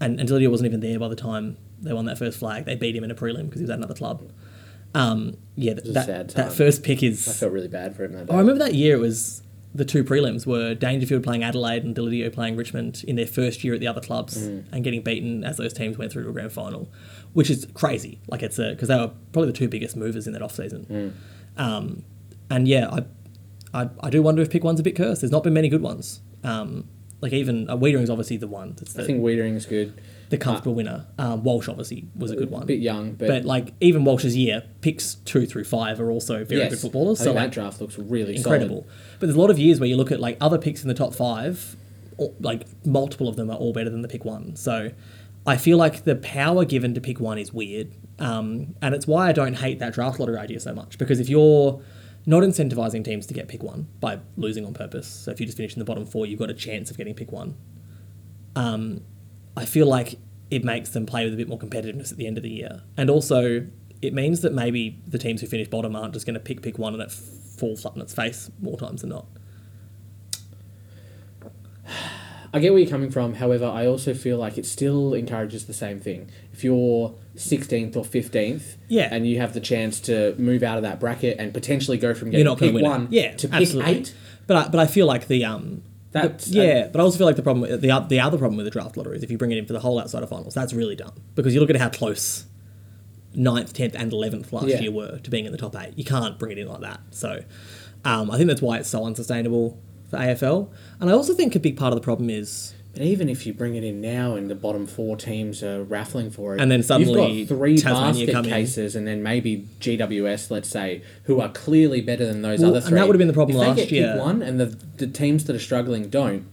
A: and and Lydio wasn't even there by the time they won that first flag. They beat him in a prelim because he was at another club. Um, yeah,
D: a
A: th- that,
D: sad time.
A: that first pick
D: I
A: is.
D: felt really bad for him that day.
A: Oh, I remember that year it was the two prelims were Dangerfield playing Adelaide and Delidio playing Richmond in their first year at the other clubs
D: Mm.
A: and getting beaten as those teams went through to a grand final, which is crazy. Like it's a because they were probably the two biggest movers in that off season.
D: Mm.
A: Um, and yeah, I, I I do wonder if pick one's a bit cursed. There's not been many good ones. Um, like even uh, Wiedering's obviously the one that's the,
D: I think Weedering's good.
A: the comfortable winner. Um, Walsh obviously was a good one.
D: A bit young, but,
A: but, like even Walsh's year, picks two through five are also very
D: yes,
A: good footballers.
D: I
A: So
D: think
A: like,
D: that draft looks really
A: incredible. But there's a lot of years where you look at like other picks in the top five, or, like multiple of them are all better than the pick one. So I feel like the power given to pick one is weird, um, and it's why I don't hate that draft lottery idea so much because if you're not incentivizing teams to get pick one by losing on purpose, so if you just finish in the bottom four, you've got a chance of getting pick one. Um, I feel like it makes them play with a bit more competitiveness at the end of the year. And also, it means that maybe the teams who finish bottom aren't just going to pick pick one and it f- falls flat on its face more times than not.
D: solid. I get where you're coming from. However, I also feel like it still encourages the same thing. If you're 16th or 15th,
A: Yeah.
D: and you have the chance to move out of that bracket and potentially go from getting
A: You're not going
D: pick
A: to win. it.
D: one
A: yeah,
D: to pick
A: absolutely.
D: eight.
A: But I, but I feel like the um. the-
D: That's-
A: yeah, but I also feel like the problem, with- the o- the other problem with the draft lottery is if you bring it in for the whole outside of finals, that's really dumb because you look at how close ninth, tenth, and eleventh last
D: Yeah.
A: year were to being in the top eight. You can't bring it in like that. So um, I think that's why it's so unsustainable for AFL. And I also think a big part of the problem is
D: But even if you bring it in now and the bottom four teams are raffling for it,
A: And then suddenly
D: you've got three
A: Tasmania come in.
D: basket cases, and then maybe GWS, let's say, who are clearly better than those
A: Well,
D: other
A: and
D: three.
A: that would've been the problem
D: if they
A: last
D: get pick
A: year.
D: One and the the teams that are struggling don't.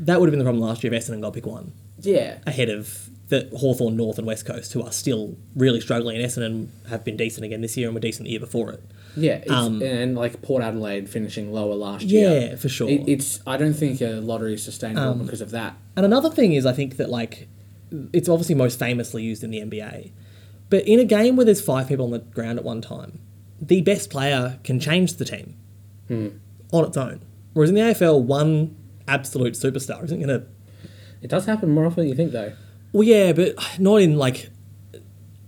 A: that would have been the problem last year if Essendon got pick one
D: Yeah,
A: ahead of the Hawthorn North and West Coast, who are still really struggling, and Essendon have been decent again this year and were decent the year before it.
D: yeah, it's,
A: Um,
D: and like Port Adelaide finishing lower last
A: Yeah,
D: year.
A: for sure. Um,
D: It, it's I don't think a lottery is sustainable because of that.
A: And another thing is, I think that like it's obviously most famously used in the NBA, but in a game where there's five people on the ground at one time, the best player can change the team on its own. Whereas in the AFL, one absolute superstar isn't going to.
D: It does happen more often than you think, though.
A: Well, yeah, but not in like.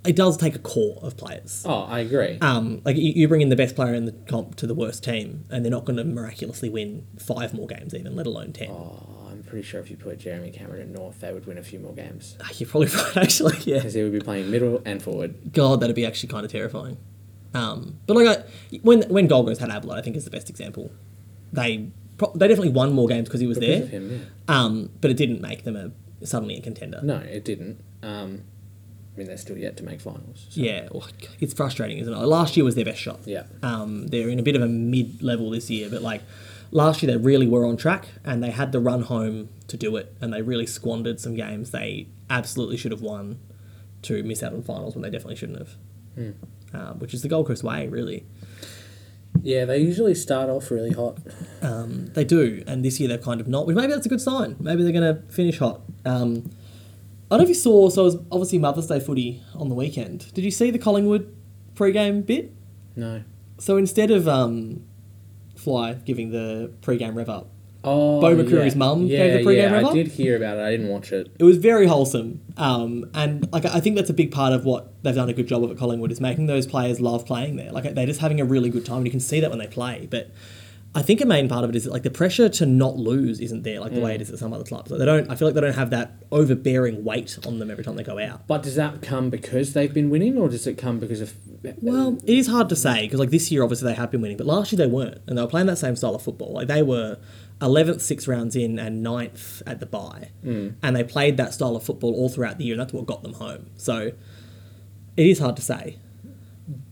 A: It does take a core of players.
D: Oh, I agree.
A: um, like you, you bring in the best player in the comp to the worst team, and they're not going to miraculously win five more games, even let alone ten.
D: Oh, I'm pretty sure if you put Jeremy Cameron at North, they would win a few more games
A: Ah, You're probably right, actually. Yeah.
D: because he would be playing middle and forward.
A: God, that'd be actually kind of terrifying. Um, but like I, when when Gold Coast had Abelard, I think is the best example. They pro- they definitely won more games because he was
D: Because
A: there,
D: of him, yeah.
A: um, but it didn't make them a suddenly a contender.
D: No, it didn't. Um, I mean, they're still yet to make finals. so-
A: Yeah, well, it's frustrating, isn't it? Last year was their best shot.
D: Oh, Yeah.
A: Um, they're in a bit of a mid level this year, but like last year they really were on track and they had the run home to do it and they really squandered some games they absolutely should have won to miss out on finals when they definitely shouldn't have.
D: Hmm.
A: Uh, which is the Gold Coast way, really.
F: Yeah, they usually start off really hot.
A: They do, and this year they've kind of not, which maybe that's a good sign. Maybe they're going to finish hot. Um, I don't know if you saw, so it was obviously Mother's Day footy on the weekend. Did you see the Collingwood pre-game bit?
D: No.
A: So instead of um, Fly giving the pre-game rev up,
D: Oh,
A: Bo McCreary's mum gave the pregame rev
D: I
A: up?
D: did hear about it. I didn't watch it.
A: it was very wholesome. Um, and like I think that's a big part of what they've done a good job of at Collingwood is making those players love playing there. Like they're just having a really good time, and you can see that when they play. But I think a main part of it is that like the pressure to not lose isn't there like the way it is at some other clubs. Like, they don't. I feel like they don't have that overbearing weight on them every time they go out.
D: But does that come because they've been winning, or does it come because of?
A: Well, it is hard to say because like this year, obviously they have been winning, but last year they weren't, and they were playing that same style of football. Like they were eleventh six rounds in and 9th at the bye, and they played that style of football all throughout the year, and that's what got them home. So it is hard to say.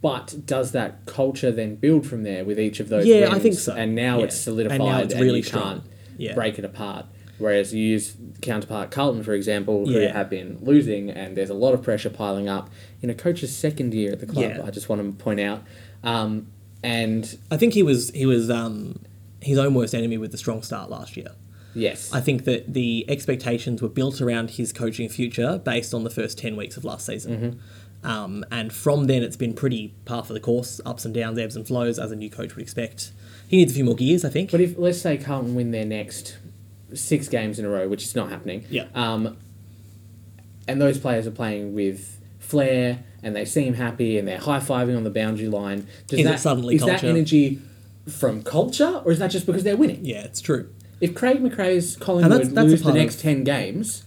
D: But does that culture then build from there with each of those?
A: Yeah, I
D: wins,
A: think so.
D: And now
A: Yeah.
D: it's solidified,
A: And
D: and,
A: now it's really
D: you
A: strong.
D: can't
A: Yeah.
D: break it apart. Whereas you use counterpart Carlton, for example, who
A: Yeah.
D: have been losing, and there's a lot of pressure piling up in a coach's second year at the club.
A: Yeah.
D: I just want to point out, um, and
A: I think he was he was um, his own worst enemy with the strong start last year.
D: Yes.
A: I think that the expectations were built around his coaching future based on the first 10 weeks of last season.
D: Mm-hmm.
A: Um, and from then, it's been pretty par for the course, ups and downs, ebbs and flows, as a new coach would expect. He needs a few more gears, I think.
D: But if let's say Carlton win their next six games in a row, which is not happening.
A: Yeah.
D: Um, and those players are playing with flair, and they seem happy, and they're high fiving on the boundary line. Does
A: Is it
D: that,
A: suddenly
D: is that
A: culture?
D: energy from culture, or is that just because they're winning?
A: yeah, it's true.
D: If Craig McRae's
A: And
D: Collingwood
A: that's- that's a
D: lose the
A: part of-
D: next ten games,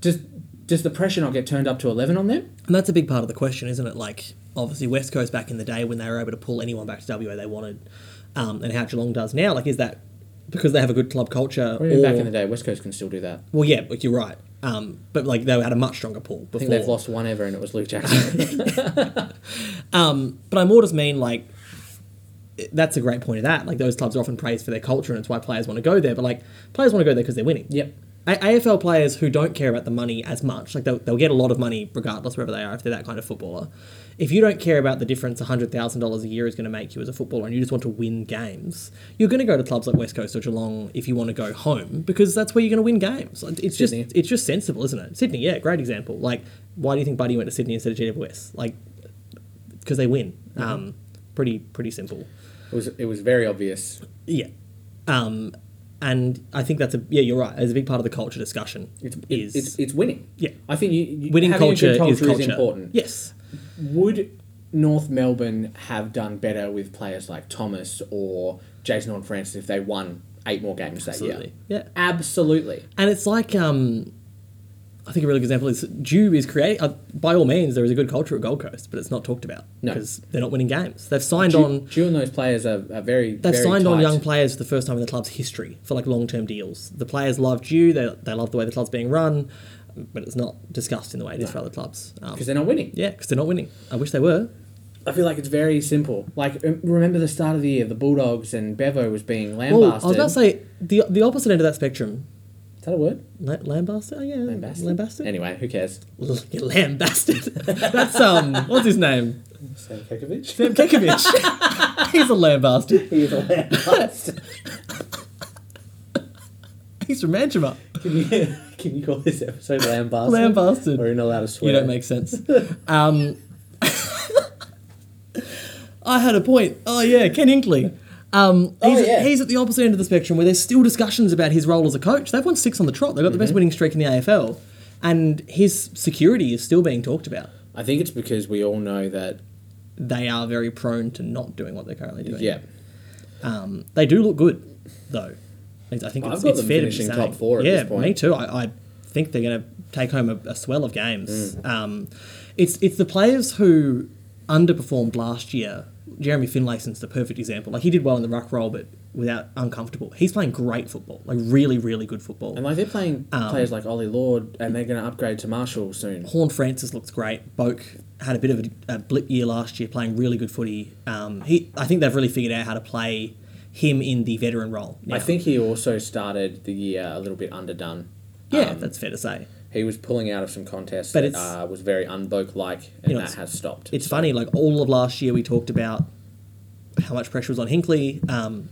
D: does does the pressure not get turned up to eleven on them?
A: And that's a big part of the question, isn't it? Like, obviously, West Coast back in the day when they were able to pull anyone back to WA they wanted, um, and how Geelong does now. Like, is that because they have a good club culture?
D: I mean,
A: or-
D: back in the day, West Coast can still do that.
A: Well, yeah, but you're right. Um, but like they had a much stronger pull before.
D: I think they've lost one ever, and it was Luke Jackson.
A: But I more just mean like that's a great point of that. Like those clubs are often praised for their culture, and it's why players want to go there. But like players want to go there because they're winning.
D: Yep.
A: A- AFL players who don't care about the money as much, like they'll, they'll get a lot of money regardless wherever they are if they're that kind of footballer. If you don't care about the difference $100,000 a year is going to make you as a footballer and you just want to win games, you're going to go to clubs like West Coast or Geelong if you want to go home because that's where you're going to win games. Like, It's
D: Sydney.
A: just it's just sensible, isn't it? Sydney, yeah, great example. Like, why do you think Buddy went to Sydney instead of GWS? Like, because they win. Um, pretty pretty simple.
D: it was it was very obvious.
A: Yeah. Um, and I think that's a yeah. You're right. It's a big part of the culture discussion.
D: It's it,
A: is
D: it's it's winning.
A: Yeah.
D: I think you, you
A: winning
D: having
A: culture,
D: a good culture
A: is culture.
D: important.
A: Yes.
D: Would North Melbourne have done better with players like Thomas or Jason on Francis if they won eight more games that
A: Absolutely.
D: year?
A: Yeah.
D: Absolutely.
A: And it's like um, I think a really good example is Dew is create. Uh, by all means, there is a good culture at Gold Coast, but it's not talked about
D: No.
A: because they're not winning games. They've signed
D: Due,
A: on.
D: due and those players are, are very
A: They've
D: very
A: signed on
D: tight.
A: young players for the first time in the club's history for like long term deals. The players love Dew. They, they love the way the club's being run, but it's not discussed in the way it is for other clubs. Um,
D: because they're not winning.
A: yeah, because they're not winning. I wish they were.
D: I feel like it's very simple. Like um, remember the start of the year, the Bulldogs and Bevo was being lambasted.
A: Well, I was about to say the the opposite end of that spectrum.
D: is that a word?
A: La- lambasted? Oh, yeah.
D: Lambasted.
A: Lambasted?
D: Anyway, who cares?
A: L- yeah, lambasted. That's, um, what's his name?
D: Sam Kekovich.
A: Sam Kekovich. He's a lambasted.
D: He's a lambasted.
A: He's from Manchima.
D: Can you, can you call this episode Lambasted?
A: Lambasted.
D: Or you're not allowed to
A: You
D: swear.
A: don't make sense. Um, I had a point. Oh, yeah, Ken Inkley. Um, he's,
D: Oh, yeah.
A: he's at the opposite end of the spectrum where there's still discussions about his role as a coach. They've won six on the trot. They've got the
D: Mm-hmm.
A: best winning streak in the AFL. And his security is still being talked about.
D: I think it's because we all know that,
A: They are very prone to not doing what they're currently doing.
D: yeah,
A: They do look good, though. I I think
D: I've
A: it's,
D: got
A: it's
D: them
A: fair to be
D: finishing
A: saying.
D: top four at
A: yeah,
D: this point.
A: me too. I, I think they're going to take home a, a swell of games.
D: Mm.
A: Um, it's it's the players who underperformed last year. Jeremy Finlayson's the perfect example. Like he did well in the ruck role, but without uncomfortable. He's playing great football, like really, really good football.
D: and like they're playing
A: Um.
D: players like Ollie Lord, and they're going to upgrade to Marshall soon.
A: Horn Francis looks great. Boak had a bit of a, a blip year last year, playing really good footy. Um, he, I think they've really figured out how to play him in the veteran role. now.
D: I think he also started the year a little bit underdone.
A: yeah,
D: Um,
A: that's fair to say.
D: he was pulling out of some contests
A: But
D: that
A: it's-
D: uh, was very unbloke like, and
A: know,
D: that
A: it's-
D: has stopped.
A: It's funny, like all of last year we talked about how much pressure was on Hinkley. Um,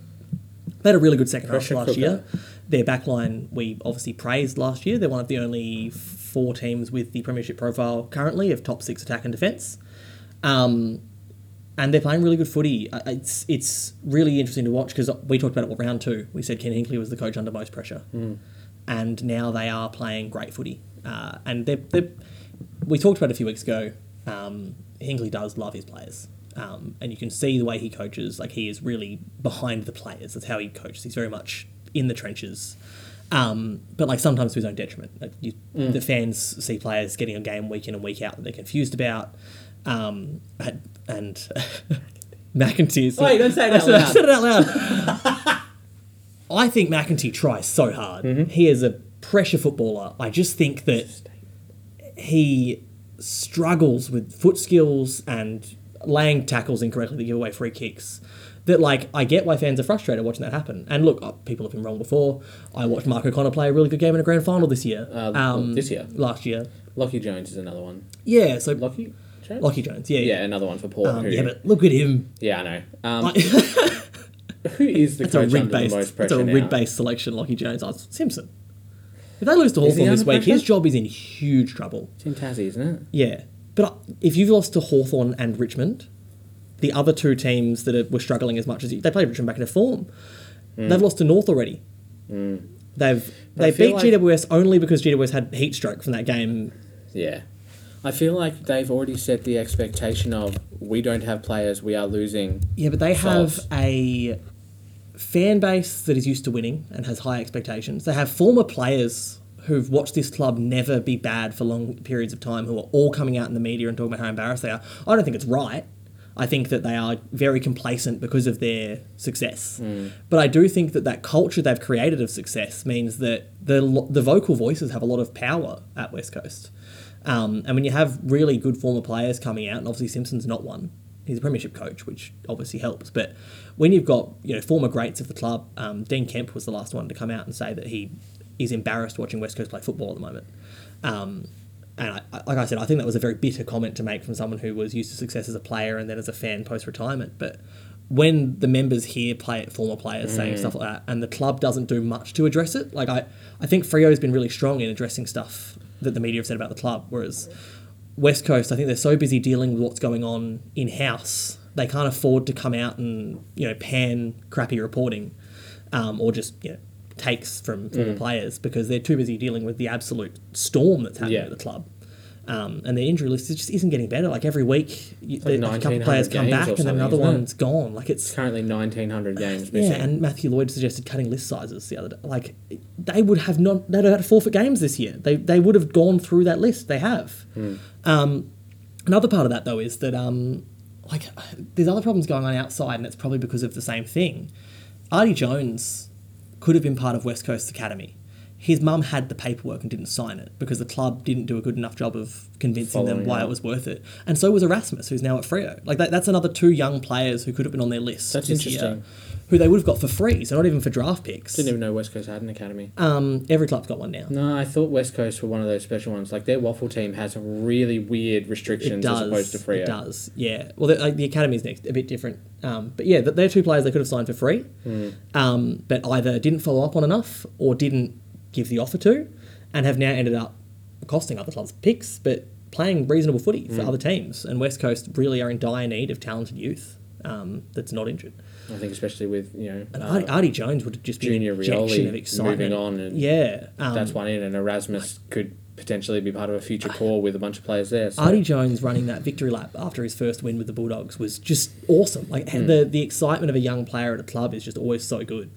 A: they had a really good second
D: Pressure
A: half last
D: cooker.
A: year. Their back line we obviously praised last year. They're one of the only four teams with the premiership profile currently of top six attack and defence. Um, and they're playing really good footy. I- It's it's really interesting to watch because we talked about it what, round two. We said Ken Hinkley was the coach under most pressure, and now they are playing great footy. Uh, and they're, they're, we talked about it a few weeks ago. Um, Hinkley does love his players, um, and you can see the way he coaches. Like he is really behind the players. That's how he coaches. He's very much in the trenches. Um, but like sometimes to his own detriment. Like you, The fans see players getting a game week in and week out that they're confused about. Um, and and McIntyre.
D: Wait, don't say it
A: I
D: out
A: said, I
D: loud.
A: said it out loud. I think McIntyre tries so hard.
D: Mm-hmm.
A: He is a pressure footballer. I just think that he struggles with foot skills and laying tackles incorrectly to give away free kicks. That like I get why fans are frustrated watching that happen. And look, uh, people have been wrong before. I watched Mark O'Connor play a really good game in a grand final this year. Um,
D: Uh, this year?
A: last year,
D: Lockie Jones is another one.
A: yeah. So Lockie,
D: Lockie Jones?
A: Jones, yeah,
D: Yeah, another one for Port.
A: Um,
D: who,
A: yeah, but look at him.
D: yeah, I know. Um, Who is the
A: It's a
D: coach
A: rig
D: under the
A: based.
D: most
A: It's
D: pressure
A: a
D: now?
A: rig based selection. Lockie Jones. Oh, it's Simpson. If they lose to
D: he
A: Hawthorn this
D: under
A: week, his
D: pressure?
A: job is in huge trouble.
D: It's in Tassie, isn't it?
A: Yeah, but I- if you've lost to Hawthorn and Richmond, the other two teams that are, were struggling as much as you, they played Richmond back into form. They've lost to North already. They've
D: Hmm. But I
A: they
D: feel
A: beat
D: like-
A: GWS only because GWS had heat stroke from that game.
D: Yeah.
F: I feel like they've already set the expectation of we don't have players, we are losing.
A: Yeah, but they have
F: False.
A: a fan base that is used to winning and has high expectations. They have former players who've watched this club never be bad for long periods of time who are all coming out in the media and talking about how embarrassed they are. I don't think it's right. I think that they are very complacent because of their success. But I do think that that culture they've created of success means that the lo- the vocal voices have a lot of power at West Coast. Um, and when you have really good former players coming out, and obviously Simpson's not one, he's a premiership coach, which obviously helps. But when you've got you know former greats of the club, um, Dean Kemp was the last one to come out and say that he is embarrassed watching West Coast play football at the moment. Um, and I, I- like I said, I think that was a very bitter comment to make from someone who was used to success as a player and then as a fan post retirement. But when the members here play at former players saying
D: Mm.
A: stuff like that, and the club doesn't do much to address it, like I, I think Frio has been really strong in addressing stuff that the media have said about the club, whereas West Coast, I think they're so busy dealing with what's going on in house, they can't afford to come out and you know pan crappy reporting, um, or just you know takes from former
D: Mm.
A: players because they're too busy dealing with the absolute storm that's happening
D: Yeah.
A: at the club. Um, and their injury list just isn't getting better. Like every week, you,
D: like
A: a couple
D: 1900
A: players come
D: games
A: back
D: or
A: and then
D: something,
A: another
D: isn't it?
A: one's gone. Like it's
D: Currently 1,900 games
A: yeah,
D: missing.
A: and Matthew Lloyd suggested cutting list sizes the other day. Like, they would have not, they'd have had to forfeit games this year. They, they would have gone through that list. They have. Um, another part of that, though, is that, um, like, there's other problems going on outside, and it's probably because of the same thing. Artie Jones could have been part of West Coast Academy. His mum had the paperwork and didn't sign it because the club didn't do a good enough job of convincing them
D: Following
A: why
D: up.
A: it was worth it. And so was Erasmus, who's now at Freo. Like that, that's another two young players who could have been on their list
F: That's
A: this year
F: interesting.
A: who they would have got for free, so not even for draft picks.
D: Didn't even know West Coast had an academy.
A: Um, every club's got one now.
D: No, I thought West Coast were one of those special ones. Like their waffle team has really weird
A: It
D: restrictions
A: does.
D: as opposed to Freo.
A: It does. Yeah. Well, the, like, the academy's next, a bit different. Um, but yeah, th- they're two players they could have signed for free,
D: Hmm.
A: um, but either didn't follow up on enough or didn't give the offer to, and have now ended up costing other clubs picks, but playing reasonable footy
D: Hmm.
A: for other teams. And West Coast really are in dire need of talented youth um, that's not injured.
D: I think especially with you know
A: And
D: uh,
A: Artie, Artie Jones would have just been
D: Junior
A: an injection
D: Rioli
A: of excitement.
D: moving on and
A: yeah, um,
D: that's one in, and Erasmus could potentially be part of a future core with a bunch of players there. So
A: Artie Jones running that victory lap after his first win with the Bulldogs was just awesome. Like the
D: Mm.
A: the excitement of a young player at a club is just always so good.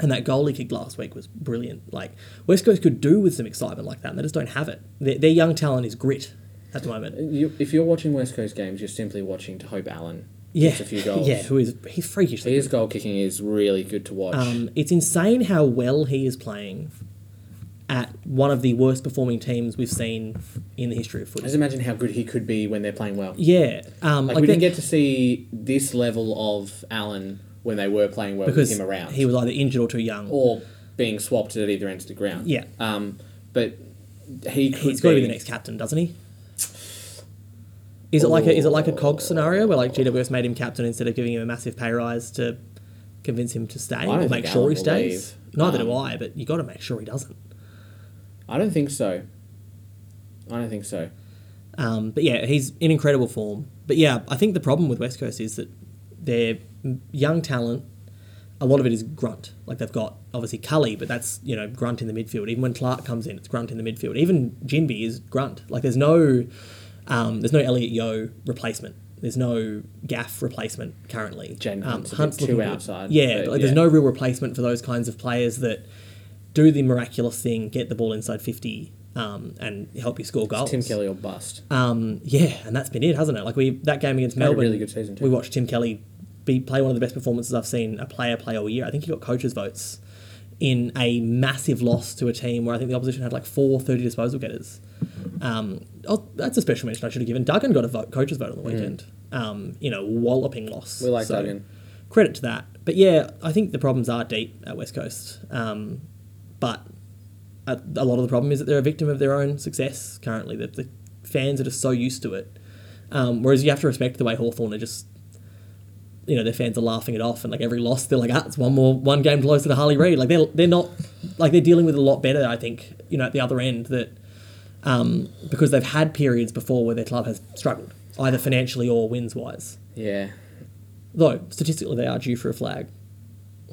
A: And that goal he kicked last week was brilliant. Like West Coast could do with some excitement like that, and they just don't have it. Their, their young talent is grit at the moment.
D: you, if you're watching West Coast games, you're simply watching Hope Allen.
A: Yeah,
D: gets a few goals.
A: yeah. Who is he's freakishly
D: His goal kicking is really good to watch.
A: Um, it's insane how well he is playing at one of the worst performing teams we've seen in the history of
D: I just
A: football.
D: imagine how good he could be when they're playing well.
A: Yeah, um,
D: Like, we
A: that-
D: didn't get to see this level of Allen when they were playing well
A: because
D: with him around.
A: he was either injured or too young.
D: or being swapped at either end of the ground.
A: Yeah.
D: Um, but he could
A: He's got to be the next captain, doesn't he? Is it like a is it like a cog scenario where like GWS made him captain instead of giving him a massive pay rise to convince him to stay
D: don't
A: or make
D: think
A: sure
D: Alan
A: he
D: will
A: stays?
D: leave.
A: Neither do
D: Um,
A: I, but you got to make sure he doesn't.
D: I don't think so. I don't think so.
A: Um, but yeah, he's in incredible form. But yeah, I think the problem with West Coast is that their young talent, a lot of it is grunt. Like they've got obviously Cully, but that's you know grunt in the midfield. Even when Clark comes in, it's grunt in the midfield. Even Jinby is grunt. Like there's no, um, there's no Elliot Yo replacement. There's no Gaff replacement currently.
D: Jane
A: um,
D: Hunt's a bit too
A: looking good.
D: outside,
A: Yeah,
D: but
A: but, like, there's
D: yeah.
A: no real replacement for those kinds of players that do the miraculous thing, get the ball inside fifty, um, and help you score goals.
D: Tim Kelly or bust.
A: Um, yeah, and that's been it, hasn't it? Like we that game against
D: had a
A: Melbourne,
D: really good season too.
A: we watched Tim Kelly be play one of the best performances I've seen a player play all year. I think he got coaches' votes in a massive loss to a team where I think the opposition had like four 30 disposal getters. Um, oh, that's a special mention I should have given. Duggan got a vote, coaches' vote on the weekend um, in a walloping loss.
D: Mm. We like Duggan.
A: Credit to that. But yeah, I think the problems are deep at West Coast. Um, but a, a lot of the problem is that they're a victim of their own success currently. That the fans are just so used to it. Um, whereas you have to respect the way Hawthorn are just you know their fans are laughing it off, and like every loss, they're like, ah, it's one more one game closer to Harley Reid. Like they're they're not like they're dealing with it a lot better. I think you know at the other end that um, because they've had periods before where their club has struggled either financially or wins wise.
D: Yeah.
A: Though statistically, they are due for a flag.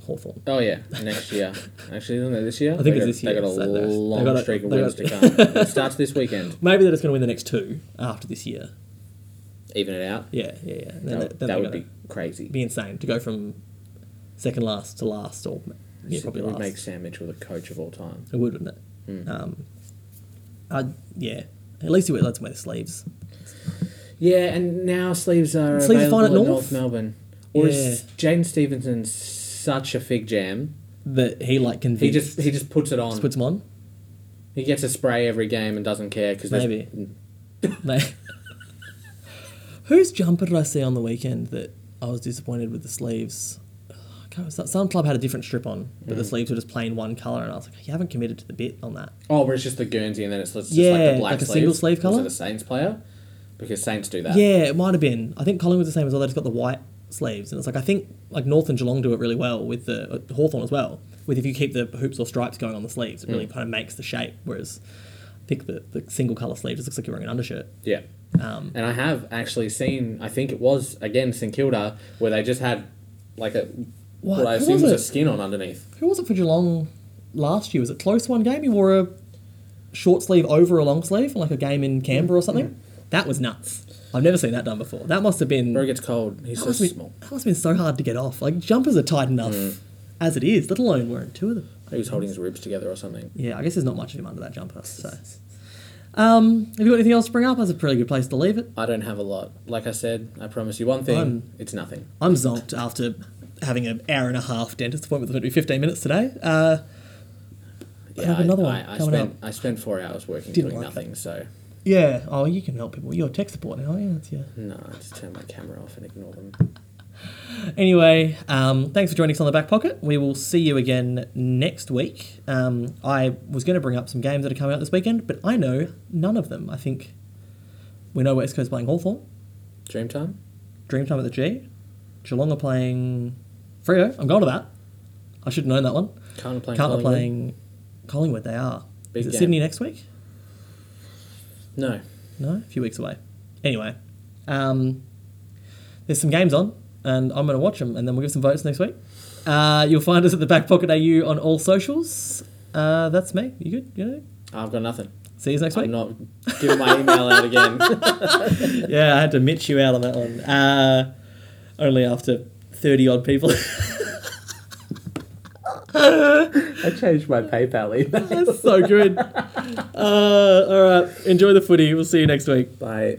A: Hawthorn.
D: Oh yeah, next year. Actually, isn't it this year? I
A: think
D: they
A: it's
D: got,
A: this year,
D: They got
A: so
D: a
A: they're-
D: long
A: they got a-
D: streak of
A: they
D: wins
A: got-
D: to come. it starts this weekend.
A: Maybe they're just going to win the next two after this year.
D: Even it out.
A: Yeah, yeah, yeah. And then then
D: That, that
A: they're
D: would
A: gonna-
D: be crazy.
A: be insane to go from second last to last, or yeah, probably
D: it would
A: last.
D: make Hmm. Sam Mitchell the coach of all time.
A: It would, wouldn't it? Um, I yeah. At least he wear- lets him wear the sleeves.
D: Yeah, and now sleeves are
A: Sleeves are
D: available
A: fine at
D: in North,
A: North.
D: Melbourne. Or is Jaden Stevenson such a fig jam?
A: That he like convinced.
D: He just he just puts it on.
A: just puts him on.
D: he gets a spray every game and doesn't care because
A: Maybe. Like- Whose jumper did I see on the weekend that I was disappointed with the sleeves? I can't- Some club had a different strip on, but
D: Mm.
A: the sleeves were just plain one color, and I was like, "You haven't committed to the bit on that."
D: Oh, but it's just the Guernsey and then it's it's just like
A: Yeah,
D: the black
A: like a single sleeve
D: Was
A: colour?
D: it a Saints player? Because Saints do that.
A: Yeah, it might have been. I think Collingwood's the same as well. They just got the white sleeves, and it's like I think like North and Geelong do it really well with the uh, Hawthorn as well. With if you keep the hoops or stripes going on the sleeves, it
D: Mm.
A: really kind of makes the shape. Whereas I think the, the single color sleeve just looks like you're wearing an undershirt.
D: Yeah.
A: Um,
D: and I have actually seen, I think it was again St Kilda, where they just had like a what, I
A: who
D: assume was,
A: was
D: a
A: it?
D: skin on underneath.
A: Who was it for Geelong last year? Was it close one game? He wore a short sleeve over a long sleeve, like a game in Canberra or something. That was nuts. I've never seen that done before. That must have been
D: Bro gets cold. He's
A: that
D: so
A: must have been,
D: small.
A: that must have been so hard to get off. Like jumpers are tight enough as it is, let alone wearing two of them.
D: He was holding his ribs together or something.
A: Yeah, I guess there's not much of him under that jumper. So, um, have you got anything else to bring up? That's a pretty good place to leave it.
D: I don't have a lot. Like I said, I promise you one thing.
A: I'm-
D: it's nothing.
A: I'm zonked after having an hour and a half dentist appointment. That's going to be 15 minutes today. Uh, I have
D: I,
A: another one
D: I, I
A: coming
D: spent
A: up.
D: I spent four hours working
A: Didn't
D: doing
A: like
D: nothing. So
A: Yeah. Oh, you can help people. You're tech support now. Yeah, that's yeah.
D: no, I just turned my camera off and ignore them.
A: Anyway, um, thanks for joining us on the back pocket. We will see you again next week. Um, I was going to bring up some games that are coming out this weekend, but I know none of them. I think we know West Coast playing Hawthorn.
D: Dreamtime.
A: Dreamtime at the G. Geelong are playing Freo. I'm going to that. I should have known that one.
D: Can't play.
A: Carlton are playing Collingwood. They are.
D: Big
A: Is it
D: game.
A: Sydney next week?
D: No.
A: No, a few weeks away. Anyway, um, there's some games on, and I'm going to watch them, and then we'll give some votes next week. Uh, you'll find us at the Back Pocket AU on all socials. Uh, that's me. You good? You know?
D: I've got nothing.
A: See you next week.
D: I'm not giving my email out again.
A: yeah, I had to mitch you out on that one. Uh, only after 30 odd people.
D: I changed my PayPal email.
A: That's so good. Uh, all right. Enjoy the footy. We'll see you next week.
D: Bye.